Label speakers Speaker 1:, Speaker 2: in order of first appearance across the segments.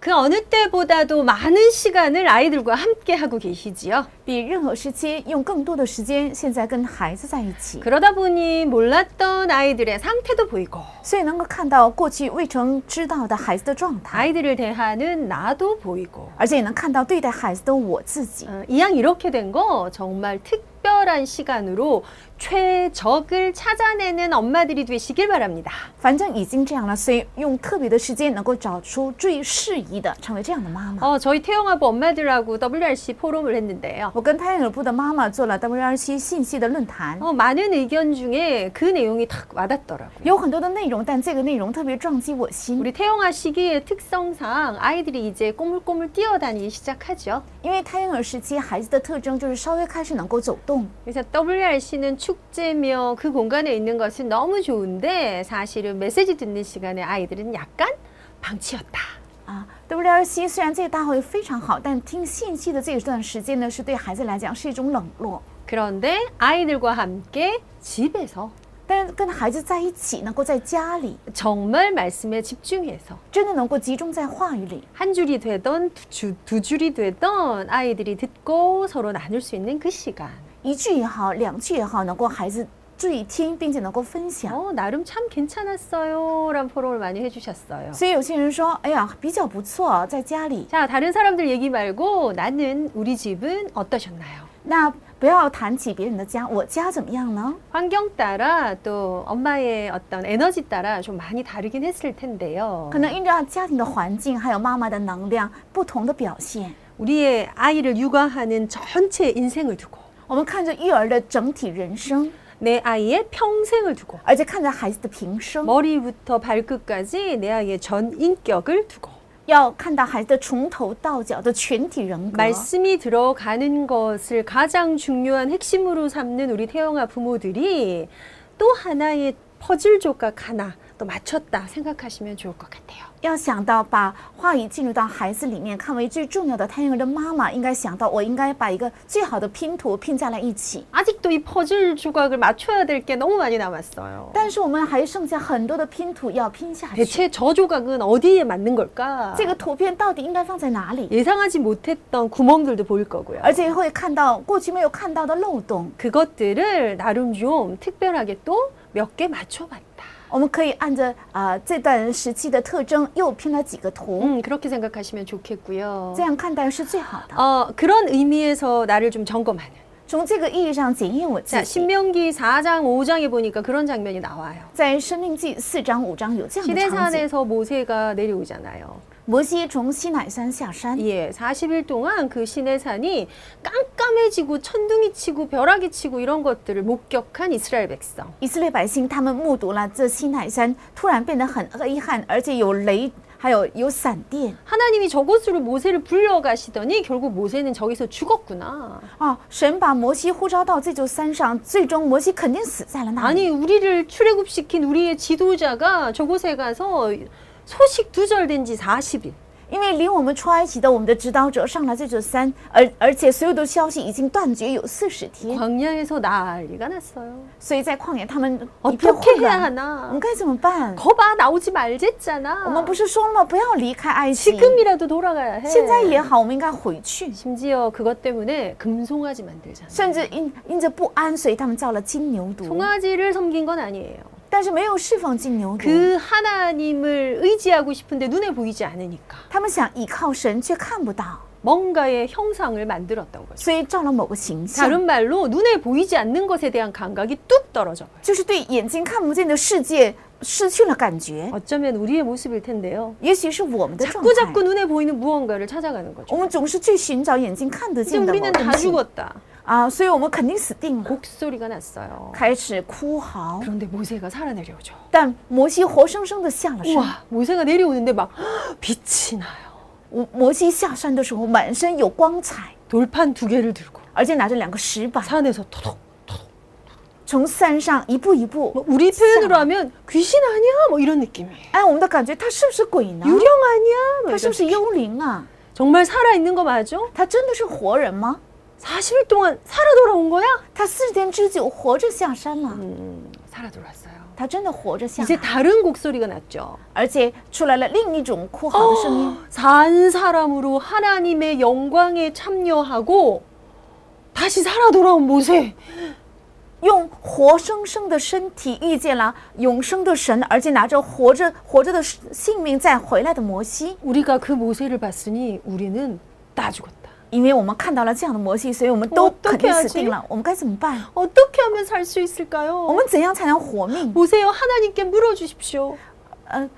Speaker 1: 그 때보다도 많은 시간을 아이들과 함께 하고 계시지요.
Speaker 2: 比任何时期用更多的时间，现在跟孩子在一起，
Speaker 1: 그러다 보니 몰랐던 아이들의 상태도 보이고
Speaker 2: 所以能够看到过去未曾知道的孩子的状态，
Speaker 1: 아이들을 대하는 나도 보이고
Speaker 2: 而且也能看到对待孩子的我自己。
Speaker 1: 어, 이왕 이렇게 된 거 정말 특별한 시간으로 최적을 찾아내는 엄마들이 되시길 바랍니다.
Speaker 2: 反正已经这样了，所以用特别的时间能够找出最适宜的，成为这样的妈妈。
Speaker 1: 어, 저희 태영아부 엄마들하고 WRC 포럼을 했는데요.
Speaker 2: 我跟胎儿部的妈妈做了 WRC 信息的论坛，
Speaker 1: 어, 많은 의견 중에 그 내용이 탁 와닿더라고요.
Speaker 2: 有很多的内容，但这个内容特别撞击我心。
Speaker 1: 우리 태영아 시기의 특성상 아이들이 이제 꼬물꼬물 뛰어다니기 시작하죠.
Speaker 2: 因为胎儿时期孩子的特征就是稍微开始能够走动，
Speaker 1: 그래서 WRC는 축제며 그 공간에 있는 것은 너무 좋은데 사실은 메시지 듣는 시간에 아이들은 약간 방치였다.
Speaker 2: 啊，WRC 虽然这个大会非常好，但听信息的这一段时间呢，是对孩子来讲是一种冷落。
Speaker 1: 그런데 아이들과 함께 집에서
Speaker 2: 但是跟孩子在一起，能够在家里
Speaker 1: 정말 말씀에 집중해서
Speaker 2: 真的能够集中在话语里，
Speaker 1: 한 줄이 되던 두, 줄- 두 줄이 되던 아이들이 듣고 서로 나눌 수 있는 그 시간.
Speaker 2: 一句也好，两句也好，能够孩子注意听，并且能够分享。
Speaker 1: 어 나름 참 괜찮았어요. 란 포럼을 많이 해주셨어요.
Speaker 2: 所以有些人说，哎呀，比较不错，在家里。
Speaker 1: 자 다른 사람들 얘기 말고 나는 우리 집은 어떠셨나요?
Speaker 2: 那不要谈起别人的家，我家怎么样呢？
Speaker 1: 환경 따라 또 엄마의 어떤 에너지 따라 좀 많이 다르긴 했을 텐데요.
Speaker 2: 可能依照家庭的环境，还有妈妈的能量，不同的表现。
Speaker 1: 우리의 아이를 육아하는 전체 인생을 두고
Speaker 2: 我们看着育儿的整体人生，
Speaker 1: 내 아이의 평생을 두고
Speaker 2: 而且看着孩子的平生，
Speaker 1: 머리부터 발끝까지 내 아이의 전 인격을 두고
Speaker 2: 要看到孩子的从头到脚的全体人格。
Speaker 1: 말씀이 들어가는 것을 가장 중요한 핵심으로 삼는 우리 태영아 부모들이 또 하나의 퍼즐 조각 하나 또 맞췄다 생각하시면 좋을 것 같아요.
Speaker 2: 要想到把话语进入到孩子里面，看为最重要的胎儿的妈妈应该想到，我应该把一个最好的拼图拼在了一起。
Speaker 1: 아직도 이 퍼즐 조각을 맞춰야 될 게 너무 많이 남았어요.
Speaker 2: 但是我们还剩下很多的拼图要拼下去。
Speaker 1: 대체 저 조각은 어디에 맞는 걸까?
Speaker 2: 这个图片到底应该放在哪里？
Speaker 1: 예상하지 못했던 구멍들도 보일 거고요.
Speaker 2: 而且会看到过去没有看到的漏洞，
Speaker 1: 그것들을 나름 좀 특별하게 또 몇 개 맞춰봤다.
Speaker 2: 我们可以按着啊、呃这段时期的特征又拼了几个图，
Speaker 1: 음, 그렇게 생각하시면 좋겠고요.
Speaker 2: 这样看待是最好的。
Speaker 1: 어, 그런 의미에서 나를 좀 점검하는.
Speaker 2: 从这个意义上检验我自
Speaker 1: 자,
Speaker 2: 己。
Speaker 1: 신명기 4장, 5장에 보니까 그런 장면이 나와요.
Speaker 2: 在《生命记》四章五章有这样的场景：
Speaker 1: 시내산에서 모세가 내려오잖아요.
Speaker 2: 摩西从西乃山下山，
Speaker 1: 예, 40일 동안 그 시내산이 깜깜해지고 천둥이 치고 벼락이 치고 이런 것들을 목격한 이스라엘 백성.
Speaker 2: 以色列百姓他们目睹了这西乃山突然变得很黑暗，而且有雷，还有有闪电
Speaker 1: 하나님이 저곳으로 모세를 불려가시더니 결국 모세는 저기서 죽었구나.
Speaker 2: 啊！神把摩西呼召到这座山上，最终摩西肯定死在了那里。
Speaker 1: 아니 우리를 출애굽시킨 우리의 지도자가 저곳에 가서 소식 두절된 지 40일.
Speaker 2: 因为领我们出埃及的我们的指导者上了这座山，而而且所有的消息已经断绝有四十天，
Speaker 1: 광야에서 난리가 났어요.
Speaker 2: 所以在旷野他们一片混
Speaker 1: 어떻게 해야
Speaker 2: 乱，我
Speaker 1: 하나?
Speaker 2: 们该怎么办？
Speaker 1: 거봐 나오지
Speaker 2: 我们
Speaker 1: 말랬잖아.
Speaker 2: 不是说了吗？不要离开埃及。
Speaker 1: 지금이라도 돌아가야 해.
Speaker 2: 现在也好，我们应该回去。
Speaker 1: 심지어 그것 때문에 금송아지 만들잖아.
Speaker 2: 甚至因因着不安，所以他们造了金牛犊，
Speaker 1: 송아지를 섬긴 건 아니에요.
Speaker 2: 但是没有侍奉金牛犊。
Speaker 1: 그 하나님을 의지하고 싶은데 눈에 보이지 않으니까
Speaker 2: 他们想倚靠神，却看不到，
Speaker 1: 뭔가의 형상을 만들었던 거죠.
Speaker 2: 所以造了某个形象，
Speaker 1: 다른 말로 눈에 보이지 않는 것에 대한 감각이 뚝 떨어져. 버려요.
Speaker 2: 就是对眼睛看不见的世界失去了感觉。
Speaker 1: 어쩌면 우리의 모습일 텐데요.
Speaker 2: 也许是我们的状
Speaker 1: 자꾸
Speaker 2: 态，
Speaker 1: 자꾸 눈에 보이는 무언가를 찾아가는
Speaker 2: 我
Speaker 1: 거죠.
Speaker 2: 们总是去寻找眼睛看得
Speaker 1: 이제
Speaker 2: 见的某
Speaker 1: 우리는 다
Speaker 2: 东西
Speaker 1: 죽었다.
Speaker 2: 啊，所以我们肯定死定了，
Speaker 1: 곡소리가 났어요.
Speaker 2: 开始哭嚎。
Speaker 1: 그런데 모세가 살아내려오죠.
Speaker 2: 但摩西活生生的下了山。
Speaker 1: 우와, 모세가 내려오는데 막 빛이 나요.
Speaker 2: 摩摩西下山的时候，满身有光彩，
Speaker 1: 돌판 두 개를 들고
Speaker 2: 而且拿着两个石板，
Speaker 1: 산에서 토독.
Speaker 2: 从山上一步一
Speaker 1: 뭐
Speaker 2: 步。
Speaker 1: 우리 표현으로 하면 귀신 아니야? 뭐 이런 느낌이에요.
Speaker 2: 哎，我们的感觉，他是不是鬼呢？
Speaker 1: 유령 아니야? 뭐
Speaker 2: 他是
Speaker 1: 이런.
Speaker 2: 不是幽灵啊？
Speaker 1: 정말 살아있는 거 맞아?
Speaker 2: 他真的是活人吗？
Speaker 1: 40일 동안 살아 돌아온 거야? 嗯
Speaker 2: 他四天之久活着下山了，
Speaker 1: 음, 살아 돌아왔어요.
Speaker 2: 他真的活着像
Speaker 1: 이제
Speaker 2: 孩，
Speaker 1: 다른 곡소리가 났죠.
Speaker 2: 而且出来了另一种哭嚎的声音。
Speaker 1: 哦 산 사람으로 하나님의 영광에 참여하고 다시 살아 돌아온 모세.
Speaker 2: 用活生生的身体遇见了永生的神，而且拿着活着活着的性命再回来的摩西。
Speaker 1: 우리가 그 모세를 봤으니 우리는 나 죽었다.
Speaker 2: 因为我们看到了这样的摩西，所以我们都
Speaker 1: 我都
Speaker 2: 肯定
Speaker 1: 看
Speaker 2: 死
Speaker 1: 到
Speaker 2: 定了。我们该怎么办？
Speaker 1: 어떻게 하면 살 수
Speaker 2: 我
Speaker 1: 있을까요?
Speaker 2: 们怎样才能活命？
Speaker 1: 보세요. 하나님께 물어주십시오.
Speaker 2: 呃，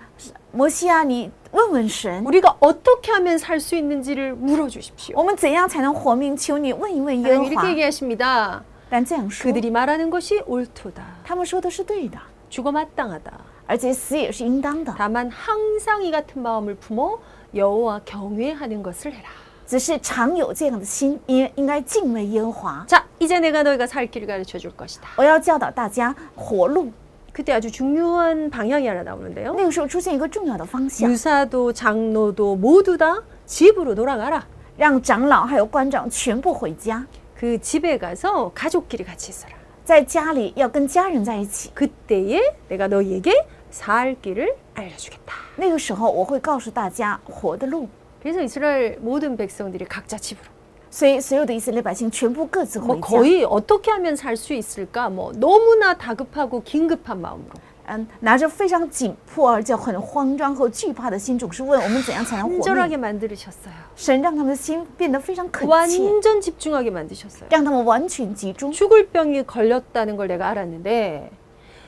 Speaker 2: 摩西啊，你问问神，
Speaker 1: 우리가 어떻게 하면 살 수 있는지를 물어주십시오.
Speaker 2: 我们怎样才能活命？求你问一问耶
Speaker 1: 하나님
Speaker 2: 和华
Speaker 1: 이렇게 。 얘기하십니다.
Speaker 2: 但这样说，
Speaker 1: 그들이 말하는 것이 옳도다.
Speaker 2: 他们说的是对的，
Speaker 1: 죽어 마땅하다.
Speaker 2: 而且死也是应当的。
Speaker 1: 다만 항상 이 같은 마음을 품어 여호와 경외하는 것을 해라.
Speaker 2: 只是常有这样的心，应应该敬畏耶和华。
Speaker 1: 자, 이제 내가 너희가 살 길을 가르쳐 줄 것이다.
Speaker 2: 我要教导大家活路。
Speaker 1: 그때 아주 중요한 방향이 하나 나오는데요.
Speaker 2: 那个时候出现一个重要的方向，
Speaker 1: 嗯 유사도 장로도 모두 다 집으로 돌아가라.
Speaker 2: 让长老还有官长全部回家，
Speaker 1: 그 집에 가서 가족끼리 같이 있어라.
Speaker 2: 在家里要跟家人在一起。
Speaker 1: 그때에 내가 너희에게 살 길을 알려주겠다.
Speaker 2: 那个时候我会告诉大家活的路。
Speaker 1: 그래서 이스라엘 모든 백성들이 각자 집으로
Speaker 2: 所以所有的以色列百姓全部各自
Speaker 1: 뭐
Speaker 2: 回家，
Speaker 1: 거의 어떻게 하면 살 수 있을까? 뭐 너무나 다급하고 긴급한 마음으로
Speaker 2: 嗯，拿着非常紧迫而且很慌张和惧怕的心，总是问我们怎样才能活命。
Speaker 1: 간절하게 만드셨어요.
Speaker 2: 神让他们的心变得非常恳切，
Speaker 1: 완전 집중하게 만드셨어요.
Speaker 2: 让他们完全集中。
Speaker 1: 죽을 병이 걸렸다는 걸 내가 알았는데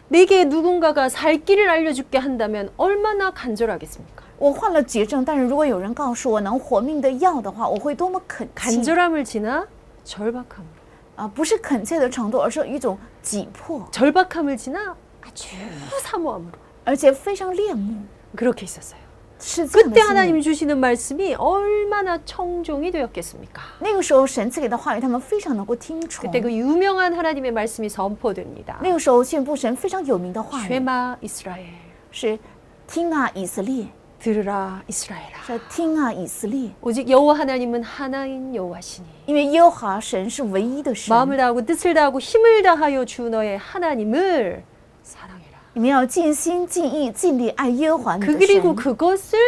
Speaker 1: 내게 누군가가 살 길을 알려줄게 한다면 얼마나 간절하겠습니까?
Speaker 2: 我患了绝症，但是如果有人告诉我能活命的药的话，我会多么恳切
Speaker 1: 간절함을 지나 절박함으로
Speaker 2: 啊！不是恳切的程度，而是一种急迫，
Speaker 1: 啊 절박함을 지나 아주 사모함으로
Speaker 2: 而且非常恋慕，
Speaker 1: 그렇게 있었어요.
Speaker 2: 是这样的
Speaker 1: 그때
Speaker 2: 心灵
Speaker 1: 하나님 주시는 말씀이 얼마나 청종이 되었겠습니까?
Speaker 2: 那个时候，神赐给的话语，他们非常能够听从。
Speaker 1: 그때 그 유명한 하나님의 말씀이 선포됩니다.
Speaker 2: 那个时候宣布神非常有名的话语
Speaker 1: 쉐마 이스라엘
Speaker 2: 是：“听啊，以色列！”
Speaker 1: 들으라 이스라엘아
Speaker 2: 说：“听啊，以色列！”
Speaker 1: 오직 여호와 하나님은 하나인 여호와시니
Speaker 2: 因为耶和华神是唯一的神，
Speaker 1: 마음을 다하고 뜻을 다하고 힘을 다하여 주 너의 하나님을 사랑해라
Speaker 2: 你们要尽心尽意尽力爱耶和华你
Speaker 1: 그
Speaker 2: 的
Speaker 1: 그리고
Speaker 2: 神，
Speaker 1: 그것을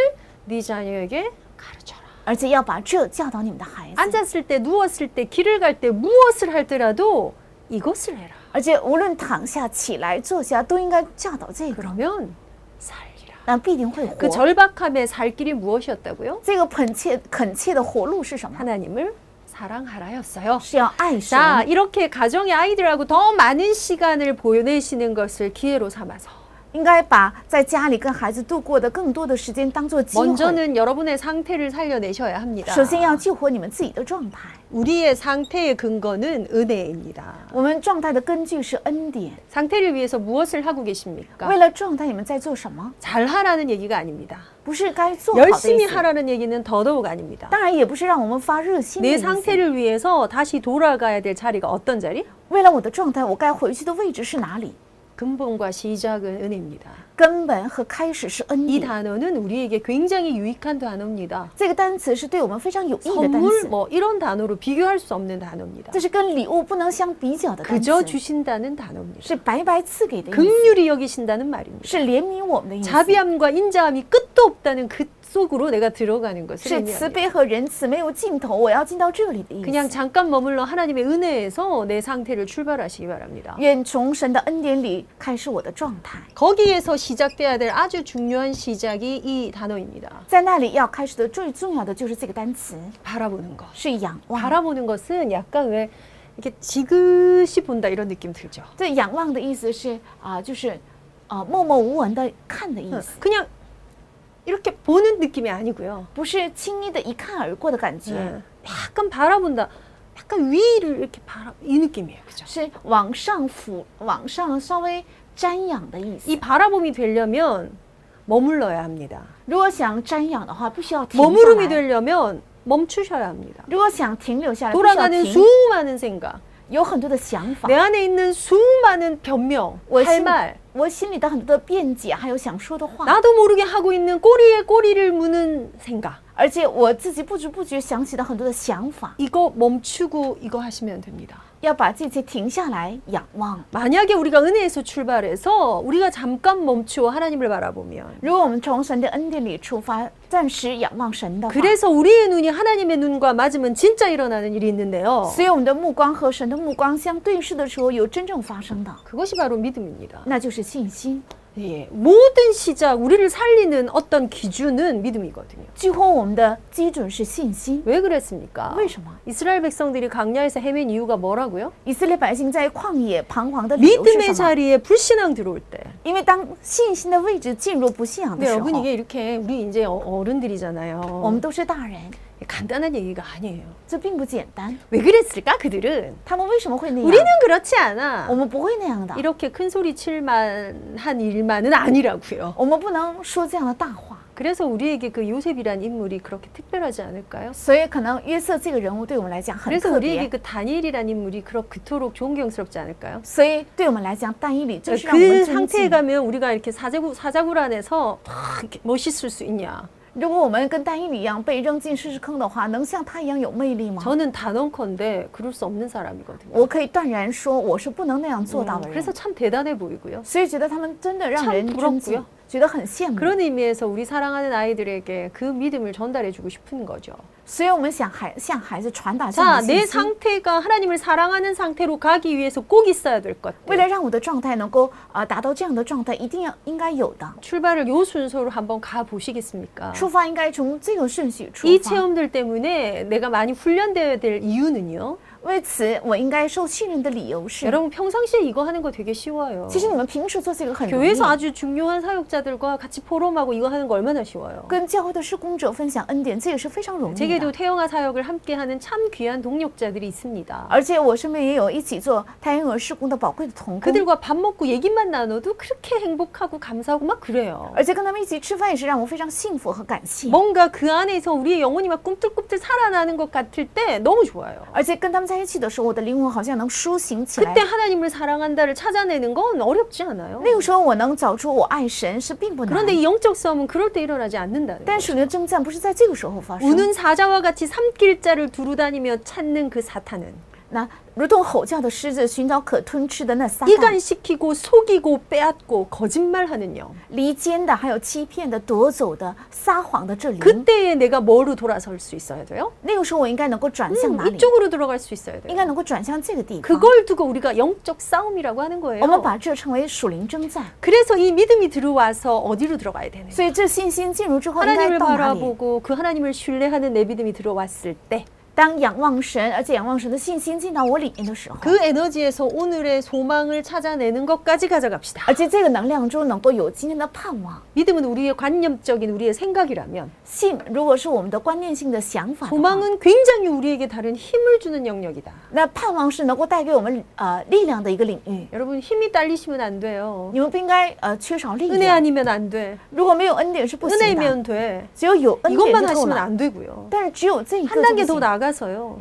Speaker 1: 네 자녀에게 가르쳐라
Speaker 2: 而且要把这教导你们的孩子。
Speaker 1: 앉았을 때 누웠을 때 길을 갈 때 무엇을 할때라도 이것을 해라
Speaker 2: 而且无论躺下、起来、坐下，都应该教导这个，
Speaker 1: 그러면 살리라
Speaker 2: 那必定会活
Speaker 1: 그 。 절박함의 살 길이 무엇이었다고요?
Speaker 2: 这个恳切、恳切的活路是什么？
Speaker 1: 하나님을 사랑하라였어요
Speaker 2: 是要爱神。
Speaker 1: 자 이렇게 가정의 아이들하고 더 많은 시간을 보내시는 것을 기회로 삼아서
Speaker 2: 应该把在家里跟孩子度过的更多的时间当做机会。
Speaker 1: 먼저는 여러분의 상태를 살려내셔야 합니다.
Speaker 2: 首先要救活你们自己的状态。
Speaker 1: 우리의 상태의 근거는 은혜입니다.
Speaker 2: 我们状态的根据是恩典。
Speaker 1: 상태를 위해서 무엇을 하고 계십니까?
Speaker 2: 为了状态，你们在做什么？
Speaker 1: 잘 하라는 얘기가 아닙니다.
Speaker 2: 不是该
Speaker 1: 어,
Speaker 2: 做好的
Speaker 1: 열심히
Speaker 2: 意思，
Speaker 1: 하라는 얘기는 더더욱 아닙니다.
Speaker 2: 当然也不是让我们发热心的
Speaker 1: 내
Speaker 2: 意思。
Speaker 1: 상태를 위해서 다시 돌아가야 될 자리가 어떤 자리?
Speaker 2: 为了我的状态，我该回去的位置是哪里？
Speaker 1: 근본과 시작은 은혜입니다. 예.
Speaker 2: 根本和开始是恩
Speaker 1: 이
Speaker 2: 典。
Speaker 1: 단어는 우리에게 굉장히 유익한 단어입니다.
Speaker 2: 这个单词是对我们非常有益的单
Speaker 1: 선물
Speaker 2: 词。
Speaker 1: 뭐 이런 단어로 비교할 수 없는 단어입니다.
Speaker 2: 这是跟礼物不能相比较的单
Speaker 1: 그저
Speaker 2: 词，
Speaker 1: 주신다는 단어입니다.
Speaker 2: 是白白赐给的意思，
Speaker 1: 긍휼히 여기신다는 말입니다.
Speaker 2: 是怜悯我们的意思，
Speaker 1: 자비함과 인자함이 끝도 없다는 그 속으로 내가 들어가는 것을
Speaker 2: 是慈
Speaker 1: 의미합니다.
Speaker 2: 悲和仁慈没有尽头，我要进到这里的意
Speaker 1: 그냥
Speaker 2: 思。
Speaker 1: 잠깐 머물러 하나님의 은혜에서 내 상태를 출발하시기 바랍니다.
Speaker 2: 愿从神的恩典里开始我的状态，
Speaker 1: 거기에서 시작돼야 될 아주 중요한 시작이 이 단어입니다.
Speaker 2: 在那里要开始的最重要的就是这个单词，
Speaker 1: 바라보는 것.
Speaker 2: 是仰望。
Speaker 1: 바라보는 것은 약간 왜 이렇게 지그시 본다 이런 느낌 들죠.
Speaker 2: 这仰望的意思是啊、就是啊、默默无闻的看的意
Speaker 1: 음.
Speaker 2: 思，
Speaker 1: 어, 그냥 이렇게 보는 느낌이 아니고요.
Speaker 2: 不是轻易的一看而过的感觉，
Speaker 1: 예. 약간 바라본다. 약간 위를 이렇게 바라 이 느낌이에요. 그죠?
Speaker 2: 是往上俯，往上稍微瞻仰的意思
Speaker 1: 이 。 바라봄이 되려면 머물러야 합니다.
Speaker 2: 如果想瞻仰的话，必须要停下
Speaker 1: 머무름이
Speaker 2: 来。
Speaker 1: 되려면 멈추셔야 합니다.
Speaker 2: 如果想停留下来，必须要
Speaker 1: 돌아가는
Speaker 2: 停。
Speaker 1: 수많은 생각,
Speaker 2: 有很多的想法
Speaker 1: 내 ， 안에 있는 수많은 아. 변명,
Speaker 2: 我
Speaker 1: 할
Speaker 2: 心
Speaker 1: 말
Speaker 2: 我心里的很多的辩解，还有想说的话，
Speaker 1: 나도 모르게 하고 있는 꼬리에 꼬리를 무는 생각,
Speaker 2: 而且我自己不知不觉想起了很多的想法，
Speaker 1: 이거 멈추고 이거 하시면 됩니다.
Speaker 2: 要把这些停下来仰望。
Speaker 1: 만약에 우리가 은혜에서 출발해서 우리가 잠깐 멈추어 하나님을 바라보면
Speaker 2: 如果我们从神的恩典里出发，暂时仰望神的话，
Speaker 1: 그래서 우리의 눈이 하나님의 눈과 맞으면 진짜 일어나는 일이 있는데요.
Speaker 2: 哦所以我们的目光和神的目光相对视的时候，有真正发生的，
Speaker 1: 그것이 바로 믿음입니다.
Speaker 2: 那就是信心。
Speaker 1: 예, 모든 시작 우리를 살리는 어떤 기준은 믿음이거든요.
Speaker 2: 几乎我们的基准是信心。
Speaker 1: 왜 그랬습니까?
Speaker 2: 为什么
Speaker 1: 이스라엘 백성들이 강야에서 헤맨 이유가 뭐라고요?
Speaker 2: 以色列百姓在旷野彷徨的理由是
Speaker 1: 믿음의
Speaker 2: 什么？
Speaker 1: 자리에 불신앙 들어올 때.
Speaker 2: 因为当信心的位置进入不信仰的
Speaker 1: 근데
Speaker 2: 时
Speaker 1: 네, 여러분
Speaker 2: 候，
Speaker 1: 이게 이렇게 우리 이제 어-
Speaker 2: 我
Speaker 1: 어른들이잖아요.
Speaker 2: 们都是大人，
Speaker 1: 간단한 얘기가 아니에요.
Speaker 2: 这并不简单。
Speaker 1: 왜 그랬을까 그들은?
Speaker 2: 他们为什么会那
Speaker 1: 우리는
Speaker 2: 样？
Speaker 1: 그렇지 않아.
Speaker 2: 我们不会那样的，
Speaker 1: 이렇게 큰 소리 칠만한 일만은 아니라고요.
Speaker 2: 我们不能说这样的大话。
Speaker 1: 그래서 우리에게 그 요셉이란 인물이 그렇게 특별하지 않을까요?
Speaker 2: 所以，可能约瑟这个人物对我们来讲很
Speaker 1: 그래서
Speaker 2: 特
Speaker 1: 우리에게
Speaker 2: 别，
Speaker 1: 그 다니엘이란 인물이 그렇 그토록 존경스럽지 않을까요?
Speaker 2: 所以对我们来讲，但以理正是让我
Speaker 1: 그
Speaker 2: 们尊
Speaker 1: 상태에
Speaker 2: 敬。
Speaker 1: 가면 우리가 이렇게 사자구 사자굴 안에서 막 이렇게 멋있을 수 있냐?
Speaker 2: 如果我们跟但以理一样被扔进试试坑的话，能像他一样有魅力吗？
Speaker 1: 저는 단언컨대 그럴 수 없는 사람이거든요.
Speaker 2: 我可以断然说，我是不能那样做到
Speaker 1: 음,
Speaker 2: 的人。
Speaker 1: 그래서 참 대단해 보이고요.
Speaker 2: 所以觉得他们真的让
Speaker 1: 참부
Speaker 2: 人
Speaker 1: 럽고요
Speaker 2: 尊敬，觉得很羡慕。
Speaker 1: 그런 의미에서 우리 사랑하는 아이들에게 그 믿음을 전달해 주고 싶은 거죠.
Speaker 2: 所以我们想孩向孩子传达这
Speaker 1: 자,
Speaker 2: 样的
Speaker 1: 내
Speaker 2: 信息，
Speaker 1: 상태가 하나님을 사랑하는 상태로 가기 위해서 꼭 있어야 될
Speaker 2: 为
Speaker 1: 것들.
Speaker 2: 了让我的状态能够呃达到这样的状态，一定要应该有的
Speaker 1: 출발을 요 순서로 한번 가 보시겠습니까?
Speaker 2: 出发，应该从这个顺序出
Speaker 1: 이
Speaker 2: 发。
Speaker 1: 체험들 때문에 내가 많이 훈련되어야 될 이유는요.
Speaker 2: 为此，我应该受信任的理由是，
Speaker 1: 여러분 평상시에 이거 하는 거 되게 쉬워요.
Speaker 2: 其实你们平时做这个很容易
Speaker 1: 교회에서 ， 아주 중요한 사역자들과 같이 포럼하고 이거 하는 거 얼마나 쉬워요.
Speaker 2: 跟教会的施工者分享恩典，这也是非常容易
Speaker 1: 제게도
Speaker 2: 的。
Speaker 1: 태영아 사역을 함께하는 참 귀한 동력자들이 있습니다.
Speaker 2: 而且我身边也有一起做太阳儿施工的宝贵的同工，
Speaker 1: 그들과 밥 먹고 얘기만 나눠도 그렇게 행복하고 감사하고 막 그래요.
Speaker 2: 而且跟他们一起吃饭也是让我非常幸福和感谢。
Speaker 1: 뭔가 그 안에서 우리의 영혼이 막 꿈틀꿈틀 살아나는 것 같을 때 너무 좋아요.
Speaker 2: 而且跟他们在一起的时候，我的灵魂好像能苏醒起来
Speaker 1: 그때 。 하나님을 사랑한다를 찾아내는 건 어렵지 않아요.
Speaker 2: 那个时候我能找出我爱神是并不难
Speaker 1: 그런데 ，이 영적 싸움은 그럴 때 일어나지 않는다는
Speaker 2: 但
Speaker 1: 거예요.
Speaker 2: 属灵的征战不是在这个时候发生。
Speaker 1: 우는 사자와 같이 삼킬자를 두루다니며 찾는 그 사탄은
Speaker 2: 那如同吼叫的狮子寻找可吞吃的那撒旦，
Speaker 1: 이간시키고 속이고 빼앗고 거짓말하는 영.
Speaker 2: 离间的，还有欺骗的、夺走的、撒谎的这灵。
Speaker 1: 그때에 내가 뭐로 돌아설 수 있어야 돼요?
Speaker 2: 那个时候我应该能够转
Speaker 1: 음,
Speaker 2: 向哪里？
Speaker 1: 이쪽으로 들어갈 수 있어야
Speaker 2: 应
Speaker 1: 돼요.
Speaker 2: 该能够转向这个地方。
Speaker 1: 그걸 두고 우리가 영적 싸움이라고 하는
Speaker 2: 我们
Speaker 1: 거예요.
Speaker 2: 把这称为属灵征战。
Speaker 1: 그래서 이 믿음이 들어와서 어디로 들어가야 되는?
Speaker 2: 所以这信心进入之后应该
Speaker 1: 그 하나님을
Speaker 2: 到哪里？
Speaker 1: 바라보고 그 하나님을 신뢰하는 내 믿음이 들어왔을 때 그
Speaker 2: 当仰望神，而且仰望神的信心进到我里面的时候，
Speaker 1: 그 어. 에너지에서 오늘의 소망을 찾아내는 것까지 가져갑시다.
Speaker 2: 而且这个能量中能够有今天的盼望。
Speaker 1: 믿음은 우리의 관념적인 우리의 생각이라면
Speaker 2: 信如果是我们的观念性的想法的话，
Speaker 1: 소망은 굉장히 우리에게 다른 힘을 주는 영역이다.
Speaker 2: 那盼望是能够带给我们呃力量的一个领域。
Speaker 1: 여러분 힘이 딸리시면 안 돼요.
Speaker 2: 你们不应该呃缺少力
Speaker 1: 은혜
Speaker 2: 量，
Speaker 1: 아니면 안 돼.
Speaker 2: 如果没有恩典是不行的，
Speaker 1: 은혜면 돼.
Speaker 2: 只有有恩典
Speaker 1: 이것만
Speaker 2: 就够
Speaker 1: 하시면
Speaker 2: 了。
Speaker 1: 안 되고요.
Speaker 2: 但是只有这一个
Speaker 1: 한
Speaker 2: 就
Speaker 1: 단계
Speaker 2: 不
Speaker 1: 더
Speaker 2: 行，
Speaker 1: 나아가서요.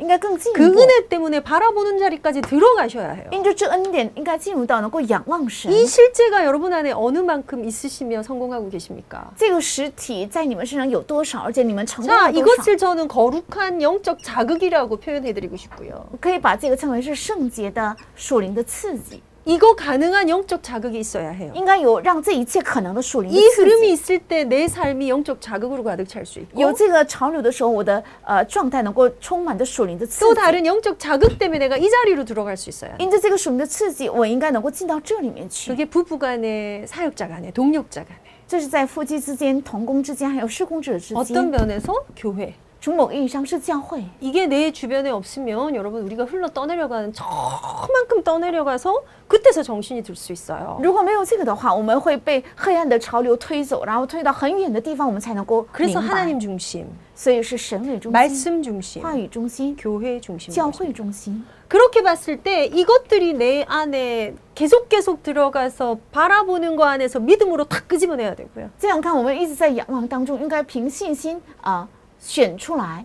Speaker 2: 应该更进一
Speaker 1: 그
Speaker 2: 步。
Speaker 1: 은혜 때문에 바라보는 자리까지 들어가셔야 해요.
Speaker 2: 因着这恩典，应该进入到能够仰望神。
Speaker 1: 이 실제가 여러분 안에 어느 만큼 있으시며 성공하고 계십니까?
Speaker 2: 这个实体在你们身上有多少，而且你们成功
Speaker 1: 자
Speaker 2: 了多少，
Speaker 1: 이것을 저는 거룩한 영적 자극이라고 표현해드리고 싶고요.
Speaker 2: 可以把这个称为是圣洁的属灵的刺激，
Speaker 1: 이거 가능한 영적 자극이 있어야 해요.
Speaker 2: 应该有让这一切可能的属灵的
Speaker 1: 이
Speaker 2: 刺激。
Speaker 1: 흐름이 있을 때 내 삶이 영적 자극으로 가득 찰 수 있고
Speaker 2: 有这个潮流的时候，我的呃状态能够充满着属灵的刺
Speaker 1: 또
Speaker 2: 激。
Speaker 1: 다른 영적 자극 때문에 내가 이 자리로 들어갈 수 있어야 해요.
Speaker 2: 因着这个属灵的刺激，我应该能够进到这里面去。
Speaker 1: 그게 부부간에 사역자간에 동력자간에
Speaker 2: 这是在夫妻之间、同工之间，还有施工者之
Speaker 1: 어떤
Speaker 2: 间。
Speaker 1: 면에서 교회
Speaker 2: 从某个意义上是教会。
Speaker 1: 이게 내 주변에 없으면 여러분 우리가 흘러 떠내려가는 저만큼 떠내려가서 그때서 정신이 들 수 있어요.
Speaker 2: 如果没有这个的话，我们会被黑暗的潮流推走，然后推到很远的地方，我们才能够
Speaker 1: 그래서
Speaker 2: 明白。
Speaker 1: 하나님 중심,
Speaker 2: 所以是神为中心、
Speaker 1: 말씀 중심,
Speaker 2: 话语中心、
Speaker 1: 교회 중심.
Speaker 2: 教会中心。
Speaker 1: 그렇게 봤을 때 이것들이 내 안에 계속 계속 들어가서 바라보는 거 안에서 믿음으로 탁 끄집어내야 되고요.
Speaker 2: 这样看，我们一直在仰望当中，应该凭信心啊、选出来。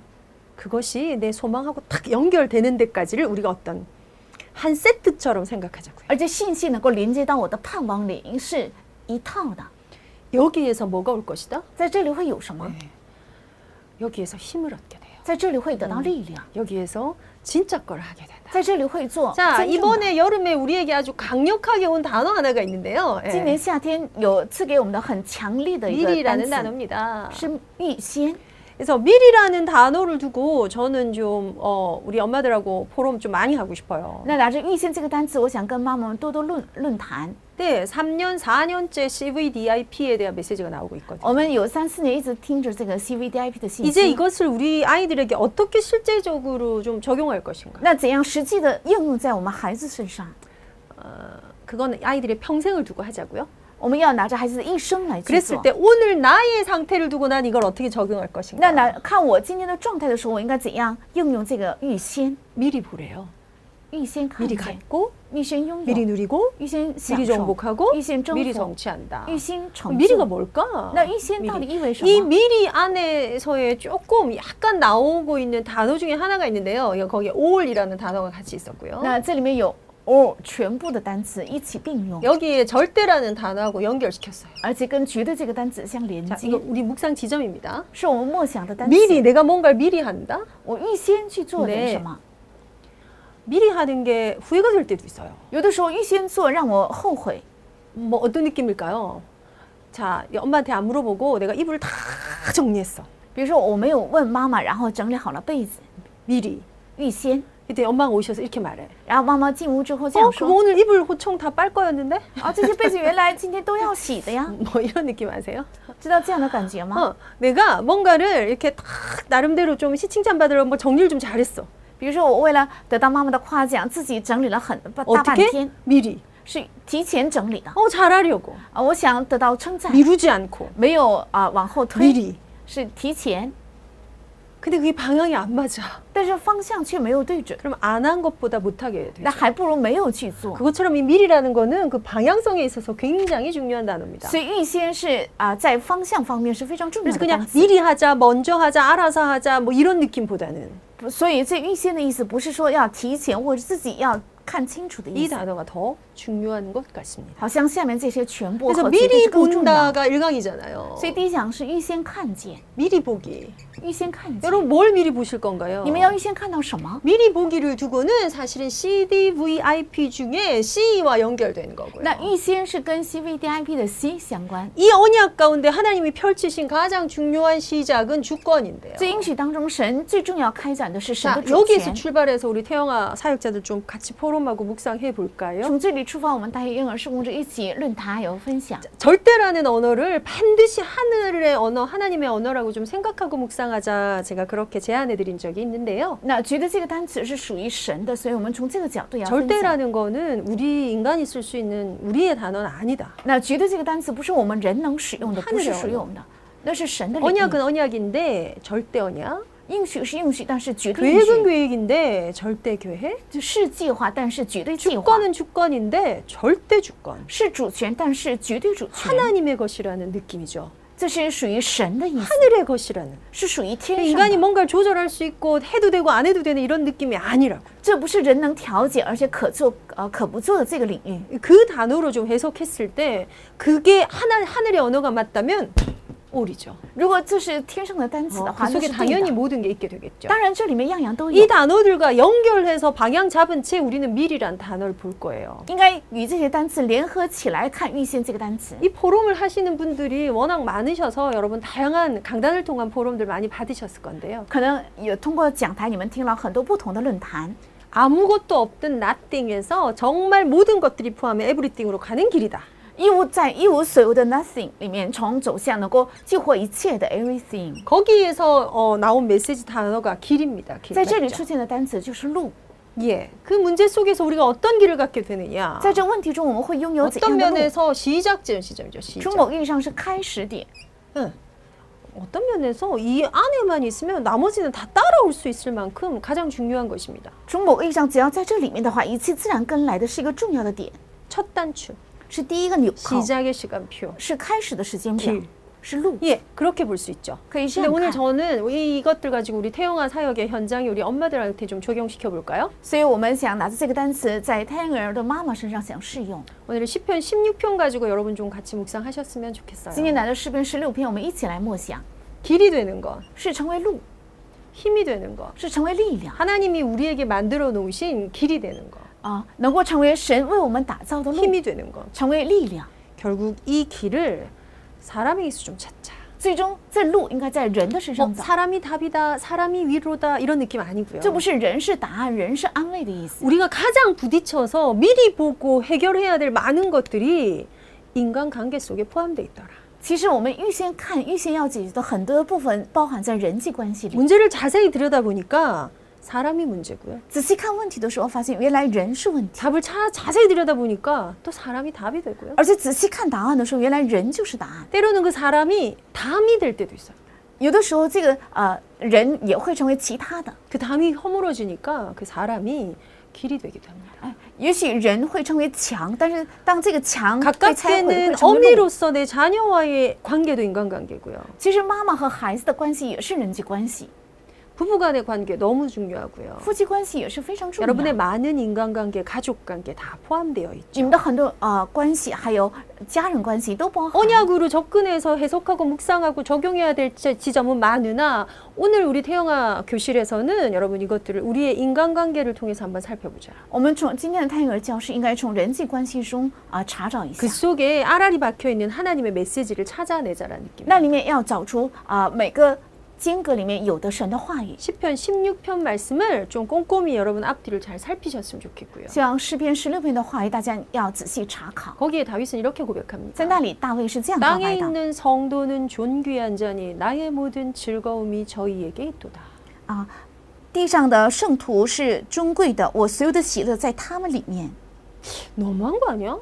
Speaker 1: 그것이 내 소망하고 탁 연결되는 데까지를 우리가 어떤 한 세트처럼 생각하자고요.
Speaker 2: 而且信心能够连接到我的盼望里，是一套的。
Speaker 1: 여기에서 뭐가 올 것이다?
Speaker 2: 嗯在这里会有什么？
Speaker 1: 여기에서 힘을 얻게 돼요.
Speaker 2: 在这里会得到力量，
Speaker 1: 여기에서 진짜 걸 하게 된다.
Speaker 2: 嗯在这啊里会做
Speaker 1: 자
Speaker 2: 真正的。
Speaker 1: 이번에 여름에 우리에게 아주 강력하게 온 단어 하나가 있는데요. 예.
Speaker 2: 今年夏天有赐给我们的很强力的一个单
Speaker 1: 미리라는
Speaker 2: 词
Speaker 1: 단어입니다.
Speaker 2: 是预先。
Speaker 1: 그래서 미리라는 단어를 두고 저는 좀 어, 우리 엄마들하고 포럼 좀 많이 하고 싶어요.
Speaker 2: 那拿着预先这个单词，我想跟妈妈们多多论论坛。
Speaker 1: 네, 3년, 4년째 CVDIP에 대한 메시지가 나오고 있거든요.
Speaker 2: 我们有三四年一直听着这个 CVDIP 的信
Speaker 1: 이제
Speaker 2: 息，
Speaker 1: 이것을 우리 아이들에게 어떻게 실제적으로 좀 적용할 것인가?
Speaker 2: 那怎样实际的应用在我们孩子身上？
Speaker 1: 그건 아이들의 평생을 두고 하자고요.
Speaker 2: 我们要拿着孩子的一生来去
Speaker 1: 그랬을
Speaker 2: 做
Speaker 1: 때 。 오늘 나의 상태를 두고 난 이걸 어떻게 적용할
Speaker 2: 那
Speaker 1: 것인가?
Speaker 2: 拿看我今天的状态的时候，我应该怎样应用这个预先？
Speaker 1: 미리 보래요.
Speaker 2: 预先看
Speaker 1: 미리
Speaker 2: 见，
Speaker 1: 갖고
Speaker 2: 预先拥
Speaker 1: 미리
Speaker 2: 有，
Speaker 1: 누리고
Speaker 2: 预先享
Speaker 1: 미리
Speaker 2: 受，
Speaker 1: 정복하고
Speaker 2: 预先征
Speaker 1: 미리
Speaker 2: 服，
Speaker 1: 정치한다.
Speaker 2: 预先成
Speaker 1: 그럼 미리가
Speaker 2: 就。
Speaker 1: 뭘까?
Speaker 2: 那预先到底
Speaker 1: 미리.
Speaker 2: 意味什
Speaker 1: 이
Speaker 2: 么？
Speaker 1: 미리 안에서의 조금 약간 나오고 있는 단어 중에 하나가 있는데요. 이거 거기에 all이라는 단어가 같이 있었고요.
Speaker 2: 那这里面有 all 全部的单词一起并用，
Speaker 1: 여기에 절대라는 단어하고 연결시켰어요.
Speaker 2: 而且跟绝对这个单词相连
Speaker 1: 자,
Speaker 2: 接
Speaker 1: 이거 ， 우리 묵상 지점입니다.
Speaker 2: 是我们默想的单词。
Speaker 1: 미리 내가 뭔가를 미리 한다?
Speaker 2: 我预先去做点
Speaker 1: 네
Speaker 2: 什么？
Speaker 1: 미리 하는 게 후회가 될 때도 있어요.
Speaker 2: 有的时候预先做让我后悔，
Speaker 1: 뭐 어떤 느낌일까요? 자, 이 엄마한테 안 물어보고 내가 이불 다 정리했어.
Speaker 2: 比如说我没有问妈妈，然后整理好了被子，
Speaker 1: 미리.
Speaker 2: 预先，
Speaker 1: 그때 엄마가 오셔서 이렇게 말해.
Speaker 2: 然后妈妈进屋之后这
Speaker 1: 어,
Speaker 2: 样
Speaker 1: 그
Speaker 2: 说
Speaker 1: 오늘 이불 호청 다 빨 거였는데? ：“
Speaker 2: 啊，这些被子原来今天都要洗的呀。
Speaker 1: 뭐 이런 느낌 아세요? ”
Speaker 2: 知道这样的感觉吗？
Speaker 1: 어, 내가 뭔가를 이렇게 딱 나름대로 좀 시- 칭찬받으려고 뭐 정리를 좀 잘했어.
Speaker 2: 比如说我为了得到妈妈的夸奖，自己整理了很大大半
Speaker 1: 어떻게?
Speaker 2: 天，
Speaker 1: 미리.
Speaker 2: 是提前整理的
Speaker 1: 어 잘하려고.
Speaker 2: 啊。我想得到称赞，
Speaker 1: 미루지 않고.
Speaker 2: 没有啊、往后推，
Speaker 1: 미리.
Speaker 2: 是提前，
Speaker 1: 근데 그게 방향이 안 맞아.
Speaker 2: 但是方向却没有对准，
Speaker 1: 그럼 안 한 것보다 못하게 돼.
Speaker 2: 那还不如没有去做。
Speaker 1: 그것처럼 이 미리라는 거는 그 방향성에 있어서 굉장히 중요한 단어입니다.
Speaker 2: 所以预先是啊、在方向方面是非常重要
Speaker 1: 그래서
Speaker 2: 的单
Speaker 1: 그냥
Speaker 2: 词。
Speaker 1: 미리 하자, 먼저 하자, 알아서 하자 뭐 이런 느낌보다는
Speaker 2: 不所以这预先的意思不是说要提前或者自己要看清楚的意
Speaker 1: 이
Speaker 2: 思，
Speaker 1: 단어가 더 중요한 것 같습니다.
Speaker 2: 好像下面这些全部
Speaker 1: 그래서
Speaker 2: 和绝对
Speaker 1: 미리
Speaker 2: 是更重要。
Speaker 1: 본다가 일강이잖아요
Speaker 2: 所以第一讲是预先看见，
Speaker 1: 미리 보기.
Speaker 2: 预先看见，
Speaker 1: 여러분 뭘 미리 보실 건가요?
Speaker 2: 你们要预先看到什么？
Speaker 1: 미리 보기를 두고는 사실은 CDVIP 중에 CE와 연결된 거고요.
Speaker 2: 那预先是跟 CVDIP 的 C 相关，
Speaker 1: 이 언약 가운데 하나님이 펼치신 가장 중요한 시작은 주권인데요.
Speaker 2: 这应许当中神最重要开展的是神
Speaker 1: 자,
Speaker 2: 的主
Speaker 1: 여기서
Speaker 2: 权。
Speaker 1: 출발해서 우리 태영아 사역자들 좀 같이 포럼하고 묵상해 볼까요?
Speaker 2: 从这里出发，我们带婴儿施工者一起论坛有分享。
Speaker 1: 절대라는 언어를 반드시 하늘의 언어, 하나님의 언어라고 좀 생각하고 묵상하자 제가 그렇게 제안해 드린 적이 있는데요.
Speaker 2: 那觉得这个单词是属于神的，所以我们从这个角度也要分享。
Speaker 1: 절대라는 거는 우리 인간이 쓸 수 있는 우리의 단어는 아니다.
Speaker 2: 那觉得这个单词不是我们人能使用的，
Speaker 1: 看
Speaker 2: 不
Speaker 1: 着
Speaker 2: 是
Speaker 1: 了
Speaker 2: 属于我们的，那是神的领域。
Speaker 1: 언약은 언약인데 절대 언약,
Speaker 2: 应许是应许，但是绝对应
Speaker 1: 계획은
Speaker 2: 许；
Speaker 1: 계획인데 절대 계획,
Speaker 2: 就是计划，但是绝对计划；
Speaker 1: 주권은 주권인데 절대 주권.
Speaker 2: 是主权，但是绝对主权。
Speaker 1: 하나님의 것이라는 느낌이죠.
Speaker 2: 这是属于神的意思，
Speaker 1: 하늘의 것이라는.
Speaker 2: 是属于
Speaker 1: 그러니까
Speaker 2: 天上
Speaker 1: 인간이
Speaker 2: 的。
Speaker 1: 뭔가를 조절할 수 있고 해도 되고 안 해도 되는 이런 느낌이 아니라고.
Speaker 2: 这不是人能调节，而且可做呃可不做的这个领域。
Speaker 1: 그 단어로 좀 해석했을 때 그게 하나, 하늘의 언어가 맞다면 올이죠.
Speaker 2: 如果这是天上的单词的
Speaker 1: 어,
Speaker 2: 话，
Speaker 1: 그
Speaker 2: 那
Speaker 1: 속에
Speaker 2: 是对
Speaker 1: 당연히
Speaker 2: 的。
Speaker 1: 모든 게 있게 되겠죠.
Speaker 2: 当然，这里面样样都
Speaker 1: 이
Speaker 2: 有。
Speaker 1: 단어들과 연결해서 방향 잡은 채 우리는 미리란 단어를 볼 거예요.
Speaker 2: 应该与这些单词联合起来看“预先”这个单词。
Speaker 1: 이 포럼을 하시는 분들이 워낙 많으셔서 여러분 다양한 강단을 통한 포럼들 많이 받으셨을 건데요.
Speaker 2: 可能也通过讲台，你们听了很多不同的论坛，
Speaker 1: 아무것도 없던 nothing에서 정말 모든 것들이 포함해 everything으로 가는 길이다.
Speaker 2: 一无在一无所有的 nothing 里面，从走向能够激活一切的 everything。
Speaker 1: 거기에서 어, 나온 메시지 단어가 길입니다. 길.
Speaker 2: 在这里
Speaker 1: 맞죠?
Speaker 2: 出现的单词就是路。
Speaker 1: 예. 그 문제 속에서 우리가 어떤 길을 갖게 되느냐.
Speaker 2: 在这问题中，啊我们会拥有怎
Speaker 1: 어떤
Speaker 2: 样的路？
Speaker 1: 면에서 시작점 시점이죠. 시작.
Speaker 2: 从某意义上是开始点，
Speaker 1: 응. 어떤 면에서 이 안에만 있으면 나머지는 다 따라올 수 있을 만큼 가장 중요한 것입니다.
Speaker 2: 从某意义上，只要在这里面的话，一切自然跟来的是一个重要的点，
Speaker 1: 첫 단추,
Speaker 2: 是第一个纽扣，
Speaker 1: 시작의 시간표.
Speaker 2: 是开始的时间表
Speaker 1: 길 ，
Speaker 2: 是路，
Speaker 1: 예, 그렇게 볼 수 있죠.
Speaker 2: 可以这
Speaker 1: 근데
Speaker 2: 样
Speaker 1: 오늘
Speaker 2: 看。
Speaker 1: 저는 이- 이것들 가지고 우리 태영아 사역의 현장에 우리 엄마들한테 좀 적용시켜 볼까요?
Speaker 2: 所以我们想拿着这个单词，在太阳儿的妈妈身上想试用。
Speaker 1: 오늘 10편 16편 가지고 여러분 좀 같이 묵상하셨으면
Speaker 2: 今
Speaker 1: 좋겠어요.
Speaker 2: 天来的诗篇十六篇，我们一起来默想。
Speaker 1: 길이 되는 것,
Speaker 2: 是成为路，
Speaker 1: 힘이 되는 것.
Speaker 2: 是成为力量
Speaker 1: 하나님이 우리에게 만들어 놓으신 길이 되는 것,
Speaker 2: 啊，能够成为神为我们打造的路，
Speaker 1: 힘이 되는 것.
Speaker 2: 成为力量。
Speaker 1: 결국 이 길을 사람에게서 좀 찾자.
Speaker 2: 最终，这路应该在人的身
Speaker 1: 어,
Speaker 2: 上走，
Speaker 1: 사람이 답이다, 뭐 사람이 위로다 이런 느낌 아니고요.
Speaker 2: 这不是人是答案，人是安慰的意思。
Speaker 1: 우리가 가장 부딪혀서 미리 보고 해결해야 될 많은 것들이 인간 관계 속에 포함돼 있더라.
Speaker 2: 其实我们预先看、预先要解决的很多部分，包含在人际关系里。
Speaker 1: 문제를 자세히 들여다보니까 사람이 문제고요.
Speaker 2: 仔细看问题的时候，发现原来人是问题，
Speaker 1: 답을 차, 자세히 들여다보니까 또 사람이 답이 되고요.
Speaker 2: 而且仔细看答案的时候，原来人就是答案。
Speaker 1: 때로는 그 사람이 담이 될 때도 있어요.
Speaker 2: 有的时候，这个呃人也会成为其他的，
Speaker 1: 그 담이 허물어지니까 그 사람이 길이 되기도 합니다.
Speaker 2: 哎，也许人会成为墙，但是当这个墙被拆毁，会
Speaker 1: 가깝게는
Speaker 2: 成为路。
Speaker 1: 어미로서 내 자녀와의 관계도 인간관계고요.
Speaker 2: 其实妈妈和孩子的关系也是人际关系，
Speaker 1: 부부간의 관계 너무 중요하고요.
Speaker 2: 夫妻关系也是非常重要
Speaker 1: 여러분의
Speaker 2: 的。
Speaker 1: 많은 인간관계, 가족관계 다 포함되어 있죠.
Speaker 2: 你们的很多啊、呃关系，还有家人关系都包含。
Speaker 1: 언약으로 접근해서 해석하고 묵상하고 적용해야 될 지- 지점은 많으나 오늘 우리 태영아 교실에서는 여러분 이것들을 우리의 인간관계를 통해서 한번 살펴보자.
Speaker 2: 我们从今天的胎儿教室应该从人际关系中啊、查找一下
Speaker 1: 그 ， 속에 알알이 박혀 있는 하나님의 메시지를 찾아내자라는 느낌.
Speaker 2: 那里面要找出啊、每个间隔里面有的神的话语。
Speaker 1: 10편 16편 말씀을 좀 꼼꼼히 여러분 앞뒤를 잘 살피셨으면 좋겠고요.
Speaker 2: 像诗篇十六篇的话语，大家要仔细查考。
Speaker 1: 거기에 다윗은 이렇게
Speaker 2: 在
Speaker 1: 고백합니다.
Speaker 2: 那里，大卫是这样告
Speaker 1: 땅에
Speaker 2: 白的
Speaker 1: 있는 성도는 존귀한 자니 나의 모든 즐거움이 저희에게 있도다.
Speaker 2: 啊，地上的圣徒是尊贵的，我所有的喜乐在他们里面，
Speaker 1: 너무한 거 아니야?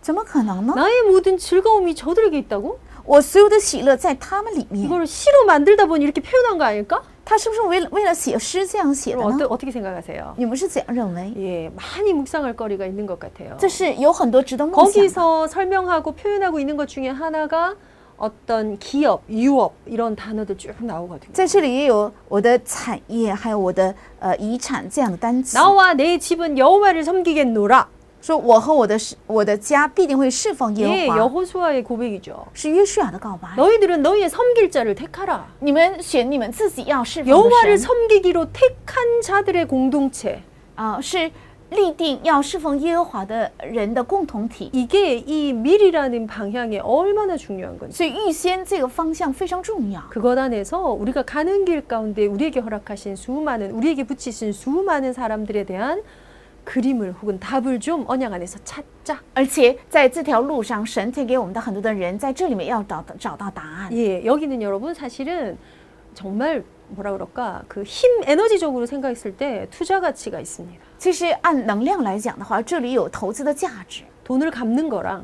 Speaker 2: 怎么可能呢？
Speaker 1: 나의 모든 즐거움이 저들에게 있다고?
Speaker 2: 我所有的喜乐在他们里面，
Speaker 1: 이걸 시로 만들다 보니 이렇게 표현한 거 아닐까?
Speaker 2: 他是不是为了为了写诗这样写的
Speaker 1: 그럼
Speaker 2: 呢
Speaker 1: 어떠, ？ 어떻게 생각하세요?
Speaker 2: 你们是怎样认为？
Speaker 1: 예, 많이 묵상할 거리가 있는 것 같아요.
Speaker 2: 这是有很多值得梦想的。
Speaker 1: 거기서 설명하고 표현하고 있는 것 중에 하나가 어떤 기업, 유업 이런 단어들 쭉 나오거든요.
Speaker 2: 在这里也有我的产业，还有我的呃遗产这样的单词。
Speaker 1: 나와 내 집은 여호와를 섬기겠노라.
Speaker 2: 说我和我的是我的家必定会侍奉
Speaker 1: 예,
Speaker 2: 耶和华，
Speaker 1: 여호수아의 고백이죠.
Speaker 2: 是约书亚的告白。
Speaker 1: 너희들은 너희의 섬길 자를 택하라.
Speaker 2: 你们选你们自己要侍奉的
Speaker 1: 여호와를
Speaker 2: 神
Speaker 1: 섬기기로 택한 자들의 공동체.
Speaker 2: 啊、是立定要侍奉耶和华的人的共同体。
Speaker 1: 이게 이 밀이라는 방향에 얼마나 중요한 건지.
Speaker 2: 所以预先这个方向非常重要。
Speaker 1: 그것 안에서 우리가 가는 길 가운데 우리에게 허락하신 수많은 우리에게 붙이신 수많은 사람들에 대한 그림을 혹은 답을 좀 언약 안에서 찾자.
Speaker 2: 而且在这条路上，神赐给我们的很多的人，在这里面要找到找到答案。
Speaker 1: 예, 여기는 여러분 사실은 정말 뭐라 그럴까 그 힘 에너지적으로 생각했을 때 투자 가치가 있습니다.
Speaker 2: 其实按能量来讲的话，这里有投资的价值，
Speaker 1: 돈을 갚는 거랑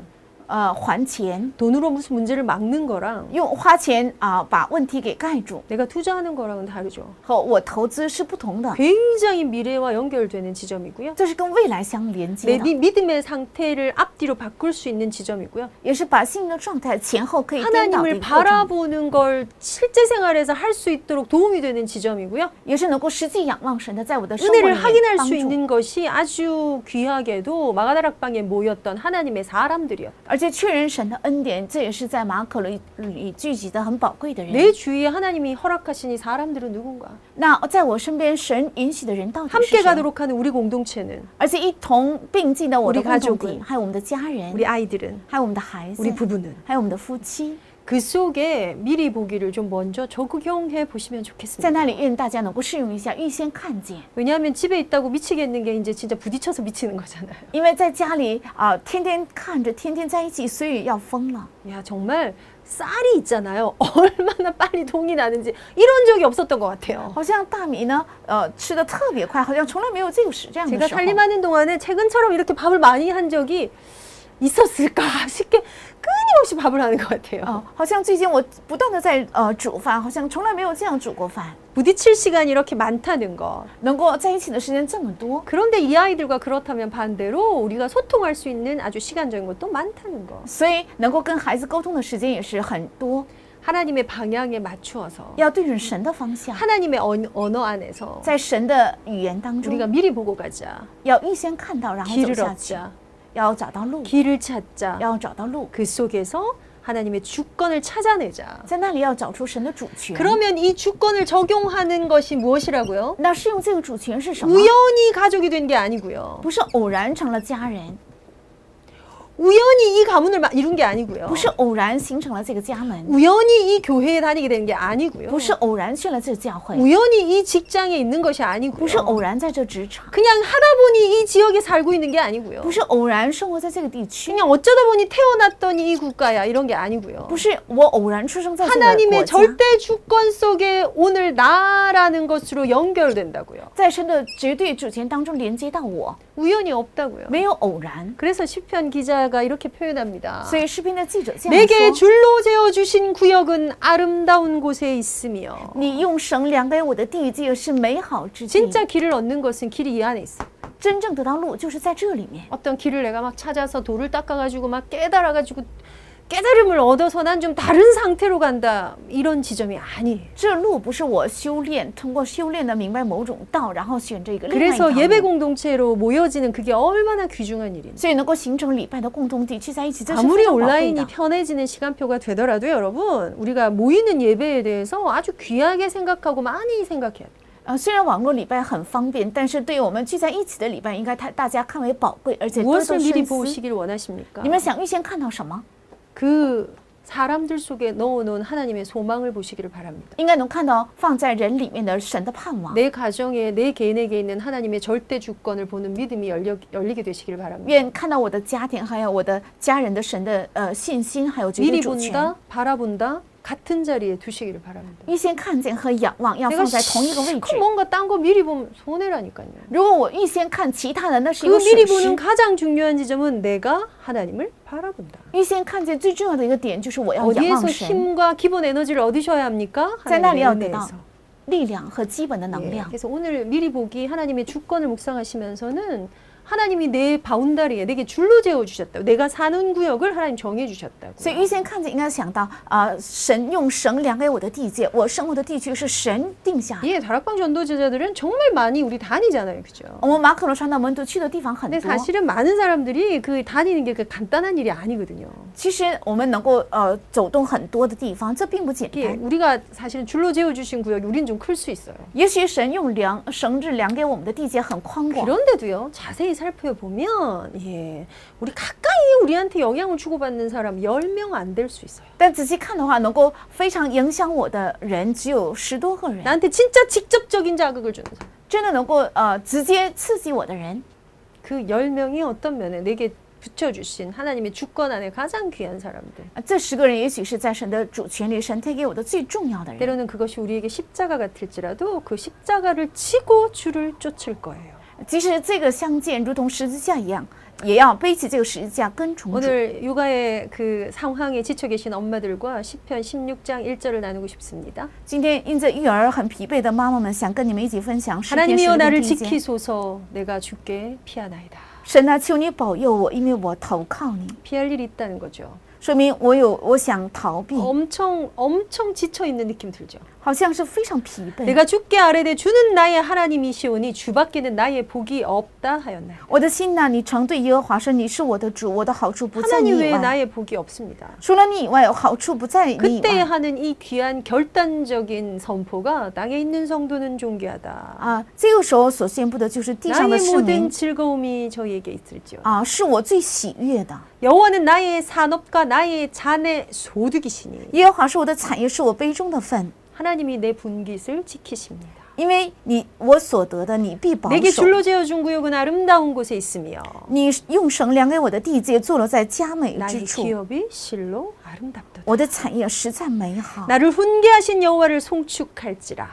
Speaker 2: 呃，还钱，
Speaker 1: 돈으로 무슨 문제를 막는 거랑
Speaker 2: 用花钱啊、把问题给盖住，
Speaker 1: 내가 투자하는 거랑은 다르죠.
Speaker 2: 和我投资是不同的，
Speaker 1: 굉장히 미래와 연결되는 지점이고요.
Speaker 2: 这是跟未来相
Speaker 1: 내
Speaker 2: 连接的，
Speaker 1: 미- 믿음의 상태를 앞뒤로 바꿀 수 있는 지점이고요.
Speaker 2: 也是把心灵的状态前后可以颠倒的
Speaker 1: 하나님을
Speaker 2: 一个过程，
Speaker 1: 바라보는 걸 실제 생활에서 할 수 있도록 도움이 되는 지점이고요.
Speaker 2: 也是能够实际仰望神的，在我的生活里
Speaker 1: 은혜를
Speaker 2: 面
Speaker 1: 확인할
Speaker 2: 帮
Speaker 1: 수
Speaker 2: 助。
Speaker 1: 있는 것이 아주 귀하게도 마가다락방에 모였던 하나님의 사람들이었다.
Speaker 2: 而且确认神的恩典，这也是在马可里里聚集的很宝贵的人。
Speaker 1: 내 주위에 하나님이 허락하신 이 사람들은 누군가?
Speaker 2: 那在我身边，神允许的人到底是
Speaker 1: 함께
Speaker 2: 谁？
Speaker 1: 가도록 하는 우리 공동체는
Speaker 2: 而且一同并进的我的
Speaker 1: 우리가
Speaker 2: 共
Speaker 1: 족
Speaker 2: 同
Speaker 1: 은
Speaker 2: 体，还有我们的家人，
Speaker 1: 우리 아이들은
Speaker 2: 还有我们的孩子
Speaker 1: 우리 ， 부부는
Speaker 2: 还有我们的夫妻，
Speaker 1: 그 속에 미리 보기를 좀 먼저 적용해 보시면
Speaker 2: 在
Speaker 1: 좋겠습니다.
Speaker 2: 那里愿大家能够试用一下，预先看见。
Speaker 1: 왜냐하면 집에 있다고 미치겠는 게 이제 진짜 부딪혀서 미치는 거잖아요.
Speaker 2: 因为在家里啊、天天看着，天天在一起，所以要疯了。
Speaker 1: 야 정말 쌀이 있잖아요. 얼마나 빨리 동이 나는지 이런 적이 없었던 것 같아요.
Speaker 2: 好像大米呢，呃，吃的特别快，好像从来没有这个时这样的
Speaker 1: 제가
Speaker 2: 时候。
Speaker 1: 살림하는 동안에 최근처럼 이렇게 밥을 많이 한 적이 있었을까 싶게 끊임없이 밥을 하는 것 같아요.
Speaker 2: 哦，好像最近我不断的在呃煮饭，好像从来没有这样煮过饭，
Speaker 1: 부딪힐 시간이 이렇게 많다는 거.
Speaker 2: 能够在一起的时间这么多，
Speaker 1: 그런데 이 아이들과 그렇다면 반대로 우리가 소통할 수 있는 아주 시간적인 것도 많다는 거.
Speaker 2: 所以能够跟孩子沟通的时间也是很多，
Speaker 1: 하나님의 방향에 맞추어서
Speaker 2: 要对准神的方向，
Speaker 1: 하나님의 언, 언어 안에서
Speaker 2: 在神的语言当
Speaker 1: 우리가
Speaker 2: 中，
Speaker 1: 미리 보고 가자.
Speaker 2: 要预先看到，然后走
Speaker 1: 길을
Speaker 2: 下去，
Speaker 1: 얻자.
Speaker 2: 要找到路，
Speaker 1: 길을 찾자.
Speaker 2: 要找到路，
Speaker 1: 그 속에서 하나님의 주권을 찾아내자.
Speaker 2: 在那里要找出神的主权。
Speaker 1: 그러면 이 주권을 적용하는 것이 무엇이라고요?
Speaker 2: 那适用这个主权是什么？
Speaker 1: 우연히 가족이 된 게 아니고요.
Speaker 2: 不是偶然成了家人，
Speaker 1: 우연히 이 가문을 마- 이룬 게 아니고요.
Speaker 2: 不是偶然形成了这个家门，
Speaker 1: 우연히 이 교회에 다니게 된 게 아니고요.
Speaker 2: 不是偶然去了这个教会，
Speaker 1: 우연히 이 직장에 있는 것이
Speaker 2: 不是
Speaker 1: 아니고요.
Speaker 2: 偶然在这职场，
Speaker 1: 그냥 하다 보니 이 지역에 살고 있는 게 아니고요.
Speaker 2: 不是偶然生活在这个地区，
Speaker 1: 그냥 어쩌다 보니 태어났더니 이 국가야 이런 게 아니고요.
Speaker 2: 不是我偶然出生在这个
Speaker 1: 하나님의
Speaker 2: 国家，
Speaker 1: 절대 주권 속에 오늘 나라는 것으로 연결된다고요.
Speaker 2: 在神的绝对主权当中连接到我，
Speaker 1: 우연이 없다고요.
Speaker 2: 没有偶然。
Speaker 1: 그래서 시편 기자가 이렇게 표현합니다.
Speaker 2: 所以诗篇的记者这样
Speaker 1: 내게
Speaker 2: 说
Speaker 1: 줄로 재어 주신 구역은 아름다운 곳에 있으며 ：“
Speaker 2: 你用绳量给我的地界是美好之地。”
Speaker 1: 진짜 길을 얻는 것은 길이 이 안에 있어.
Speaker 2: 真正得到路就是在这里面。
Speaker 1: 어떤 길을 내가 막 찾아서 돌을 닦아가지고 막 깨달아가지고 깨달음을 얻어서 난 좀 다른 상태로 간다 이런 지점이 아니에요.
Speaker 2: 这路不是我修炼，通过修炼呢明白某种道，然后选这一个另外一条
Speaker 1: 그래서 예배
Speaker 2: 路。
Speaker 1: 공동체로 모여지는 그게 얼마나 귀중한 일인지.
Speaker 2: 所以能够形成礼拜的共同地聚在一起，这是
Speaker 1: 아무리
Speaker 2: 非常宝贵
Speaker 1: 온라인이
Speaker 2: 的。
Speaker 1: 편해지는 시간표가 되더라도 여러분 우리가 모이는 예배에 대해서 아주 귀하게 생각하고 많이 생각해야 돼요.
Speaker 2: 呃，虽然网络礼拜很方便，但是对于我们聚在一起的礼拜，应该大大家看为宝贵，而且多多
Speaker 1: 무엇을
Speaker 2: 深
Speaker 1: 미리
Speaker 2: 思。
Speaker 1: 보시길 원하십니까?
Speaker 2: 你们想预先看到什么？
Speaker 1: 그 사람들 속에 넣어놓은 하나님의 소망을 보시기를 바랍니다.
Speaker 2: 应该能看到放在人里面的神的盼望。
Speaker 1: 내 가정에 내 개인에게 있는 하나님의 절대 주권을 보는 믿음이 열려, 열리게 되시기를 바랍니다. 예,
Speaker 2: 愿看到我的家庭，还有我的家人的神的呃信心，还有绝对
Speaker 1: 미리
Speaker 2: 主权。
Speaker 1: 본다, 바라본다, 같은 자리에 두시기를 바랍니다.
Speaker 2: 预先看见和仰望要
Speaker 1: 내가
Speaker 2: 放在同一个位置。
Speaker 1: 실컷 뭔가 딴 거 미리 보면 손해라니까요.
Speaker 2: 如果我预先看其他的，那是
Speaker 1: 그
Speaker 2: 一个
Speaker 1: 미리
Speaker 2: 损
Speaker 1: 보는
Speaker 2: 失。
Speaker 1: 가장 중요한 지점은 내가 하나님을 바라본다.
Speaker 2: 预先看见最重要的一个点就是我要仰
Speaker 1: 어디에서
Speaker 2: 望神，
Speaker 1: 힘과 기본 에너지를 얻으셔야 합니까?
Speaker 2: 짠 날이
Speaker 1: 하나님의
Speaker 2: 어디다?
Speaker 1: 은혜에서.
Speaker 2: 力量和基本的
Speaker 1: 예,
Speaker 2: 能量。
Speaker 1: 그래서 오늘 미리 보기 하나님의 주권을 묵상하시면서는 하나님이 내 바운다리에 내게 줄로 재워 주셨다고 내가 사는 구역을 하나님 정해 주셨다고.
Speaker 2: 所以预先看见应该想到啊、呃神用绳量给我的地界，我生活的地区是神定下的。
Speaker 1: 예, 다락방 전도제자들은 정말 많이 우리 다니잖아요, 그죠?
Speaker 2: 我们马可罗传道门徒去的地方很
Speaker 1: 근데
Speaker 2: 多，
Speaker 1: 사실은 많은 사람들이 그 다니는 게 그 간단한 일이 아니거든요.
Speaker 2: 其实我们能够呃走动很多的地方，这并不简
Speaker 1: 이게
Speaker 2: 单。
Speaker 1: 우리가 사실은 줄로 재워 주신 구역이 우린 좀 클 수 있어요.
Speaker 2: 也许神用量绳子量给我们的地界很宽广，
Speaker 1: 그런데도요 자세히 살펴보면 예 우리 가까이 우리한테 영향을 주고받는 사람 10명 안 될 수 있어요
Speaker 2: 但仔细看的话，能够非常影响我的人只有十多个人。
Speaker 1: 나한테 진짜 직접적인 자극을 주는 사람
Speaker 2: 真的能够呃直接刺激我的人，
Speaker 1: 그 10명이 어떤 면에 내게 붙여주신 하나님의 주권 안에 가장 귀한 사람들
Speaker 2: 呃这十个人也许是在神的主权里，神推给我的最重要的人。
Speaker 1: 때로는 그것이 우리에게 십자가 같을지라도 그 십자가를 치고 주를 쫓을 거예요
Speaker 2: 即使这个相见如同十字架一样，也要背起这个十字架跟从主。
Speaker 1: 오늘 육아의 그 상황에 지쳐 계신 엄마들과 시편 16장 1절을 나누고 싶습니다
Speaker 2: 今天因着育儿很疲惫的妈妈们，想跟你们一起分享诗篇十
Speaker 1: 하나님이여
Speaker 2: 六
Speaker 1: 나를
Speaker 2: 篇第一节。
Speaker 1: 지키소서 내가 주께 피하나이다
Speaker 2: 神啊，求你保佑我，因为我投靠你，
Speaker 1: 피할 일이 있다는 거죠
Speaker 2: 说明我有我想逃
Speaker 1: 음.
Speaker 2: 避，
Speaker 1: 엄청 엄청 지쳐 있는 느낌 들죠.
Speaker 2: 好像是非常疲惫。
Speaker 1: 내가 주께 아뢰되 주는 나의 하나님이시오니 주밖에는 나의 복이 없다 하였나요?
Speaker 2: 我的心呐、你曾对耶和华说：“你是我的主，我的好处不在你
Speaker 1: 하나님
Speaker 2: 以
Speaker 1: 외에
Speaker 2: 外，
Speaker 1: 나의 복이 없습니다.
Speaker 2: 除了你以外，好处不在你以
Speaker 1: 그때
Speaker 2: 外。”
Speaker 1: 하는 이 귀한 결단적인 선포가 땅에 있는 성도는 존귀하다.
Speaker 2: 啊，这个时候所宣布的就是地上的
Speaker 1: 나의
Speaker 2: 市
Speaker 1: 모든
Speaker 2: 民
Speaker 1: 즐거움이 저희에게 있을지요.
Speaker 2: 啊，是我最喜悦的。
Speaker 1: 여호와는 나의 산업과 나의 잔의 소득이시니
Speaker 2: 耶和华是我的产业，是我杯中的份，
Speaker 1: 하나님이 내 분깃을 지키십니다.
Speaker 2: 因为你我所得的，你必保
Speaker 1: 내게
Speaker 2: 守。
Speaker 1: 줄로 재어준 구역은 아름다운 곳에 있으며
Speaker 2: 你用绳量给我的地界，坐落在佳美
Speaker 1: 나의
Speaker 2: 之处。
Speaker 1: 기업이 실로 아름답도다.
Speaker 2: 我的产业实在美好，
Speaker 1: 나를 훈계하신 여호와를 송축할지라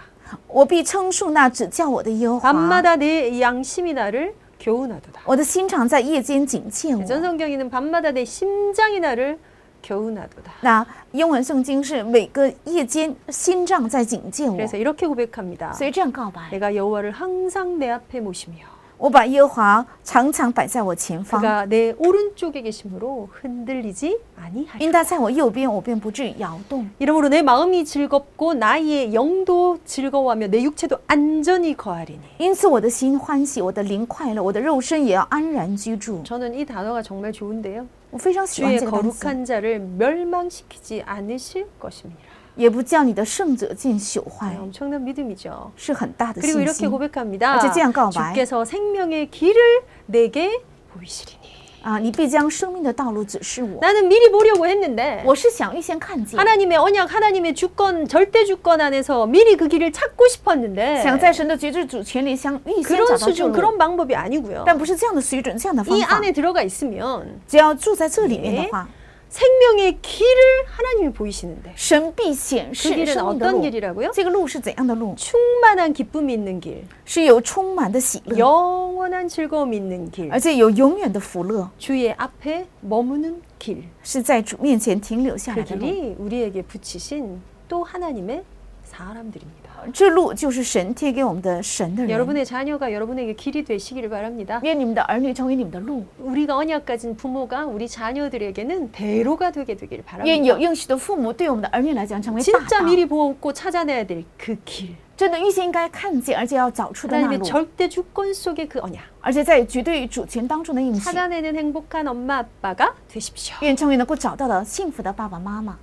Speaker 2: 我必称述那指教我的耶和华。
Speaker 1: 밤마다 내 양심이 나를 교훈하도다
Speaker 2: 我的心肠在夜间警戒
Speaker 1: 전
Speaker 2: 我。
Speaker 1: 성경에는 밤마다 내 심장이 나를 교훈하도다
Speaker 2: 那英文圣经是每个夜间心脏在警戒我，
Speaker 1: 그래서 이렇게 고백합니다
Speaker 2: 所以这样告白：
Speaker 1: 내가 여호와를 항상 내 앞에 모시며
Speaker 2: 我把耶和华常常摆在我前方，
Speaker 1: 그가 내 오른쪽에 계심으로 흔들리지
Speaker 2: 因
Speaker 1: 아니하리라
Speaker 2: 他在我右边，我便不至摇动。
Speaker 1: 이러므로 내 마음이 즐겁고 나의 영도 즐거워하며 내 육체도 안전히 거하리니
Speaker 2: 因此，我的心欢喜，我的灵快乐，我的肉身也要安然居住。
Speaker 1: 저는 이 단어가 정말 좋은데요
Speaker 2: 我我非常喜欢
Speaker 1: 주의
Speaker 2: 这个单词，
Speaker 1: 거룩한 자를 멸망시키지 않으실 것입니다.
Speaker 2: 也不叫你的圣者见朽坏
Speaker 1: 네, ， 엄청난 믿음이죠.
Speaker 2: 是很大的
Speaker 1: 그리고
Speaker 2: 信
Speaker 1: 이렇게
Speaker 2: 心
Speaker 1: 고백합니다.
Speaker 2: 어째 찌양까오 마이.
Speaker 1: 주께서 생명의 길을 내게 보이시리니.
Speaker 2: 啊！你必将生命的道路指示我。
Speaker 1: 나는 미리 보려고 했는데
Speaker 2: 我是想预先看见，
Speaker 1: 하나님의 언약, 하나님의 주권, 절대 주권 안에서 미리 그 길을 찾고 싶었는데
Speaker 2: 想在神的绝对主权里，想预先
Speaker 1: 그런
Speaker 2: 找到这
Speaker 1: 수준,
Speaker 2: 路，
Speaker 1: 그런 방법이 아니고요.
Speaker 2: 但不是这样的水准，这样的方
Speaker 1: 이
Speaker 2: 法。
Speaker 1: 안에 들어가 있으면
Speaker 2: 只要住在这里面的话，
Speaker 1: 생명의 길을 하나님이 보이시는데
Speaker 2: 神必显
Speaker 1: 그
Speaker 2: 示
Speaker 1: 길은
Speaker 2: 生命的
Speaker 1: 어떤
Speaker 2: 路。
Speaker 1: 길이라고요?
Speaker 2: 这个路是怎样的路？
Speaker 1: 충만한 기쁨이 있는 길,
Speaker 2: 是有充满的喜乐，
Speaker 1: 영원한 즐거움이 있는 길,
Speaker 2: 而且有永远的福乐，
Speaker 1: 주의 앞에 머무는 길.
Speaker 2: 是在主面前停留下
Speaker 1: 그
Speaker 2: 来的路。
Speaker 1: 길이 우리에게 붙이신 또 하나님의 사람들입니다.
Speaker 2: 这路就是神贴给我们的神的人。
Speaker 1: 여러분의 자녀가 여러분에게 길이 되시기를 바랍니다.
Speaker 2: 愿你们的儿女成为你们的路，
Speaker 1: 우리가 언약 가진 부모가 우리 자녀들에게는 대로가 되게 되길
Speaker 2: 愿
Speaker 1: 바랍니다.
Speaker 2: 有应许的父母对我们的儿女来讲成为大
Speaker 1: 진짜
Speaker 2: 道，
Speaker 1: 미리 보고 찾아내야 될 그 길.
Speaker 2: 真的预先应该看见，而且要找出的那
Speaker 1: 하나님의
Speaker 2: 路，
Speaker 1: 절대 주권 속의 그 언약.
Speaker 2: 而且在绝对主权当中的应许，
Speaker 1: 찾아내는 행복한 엄마 아빠가 되십시오.
Speaker 2: 愿成为能够找到的幸福的爸爸妈妈。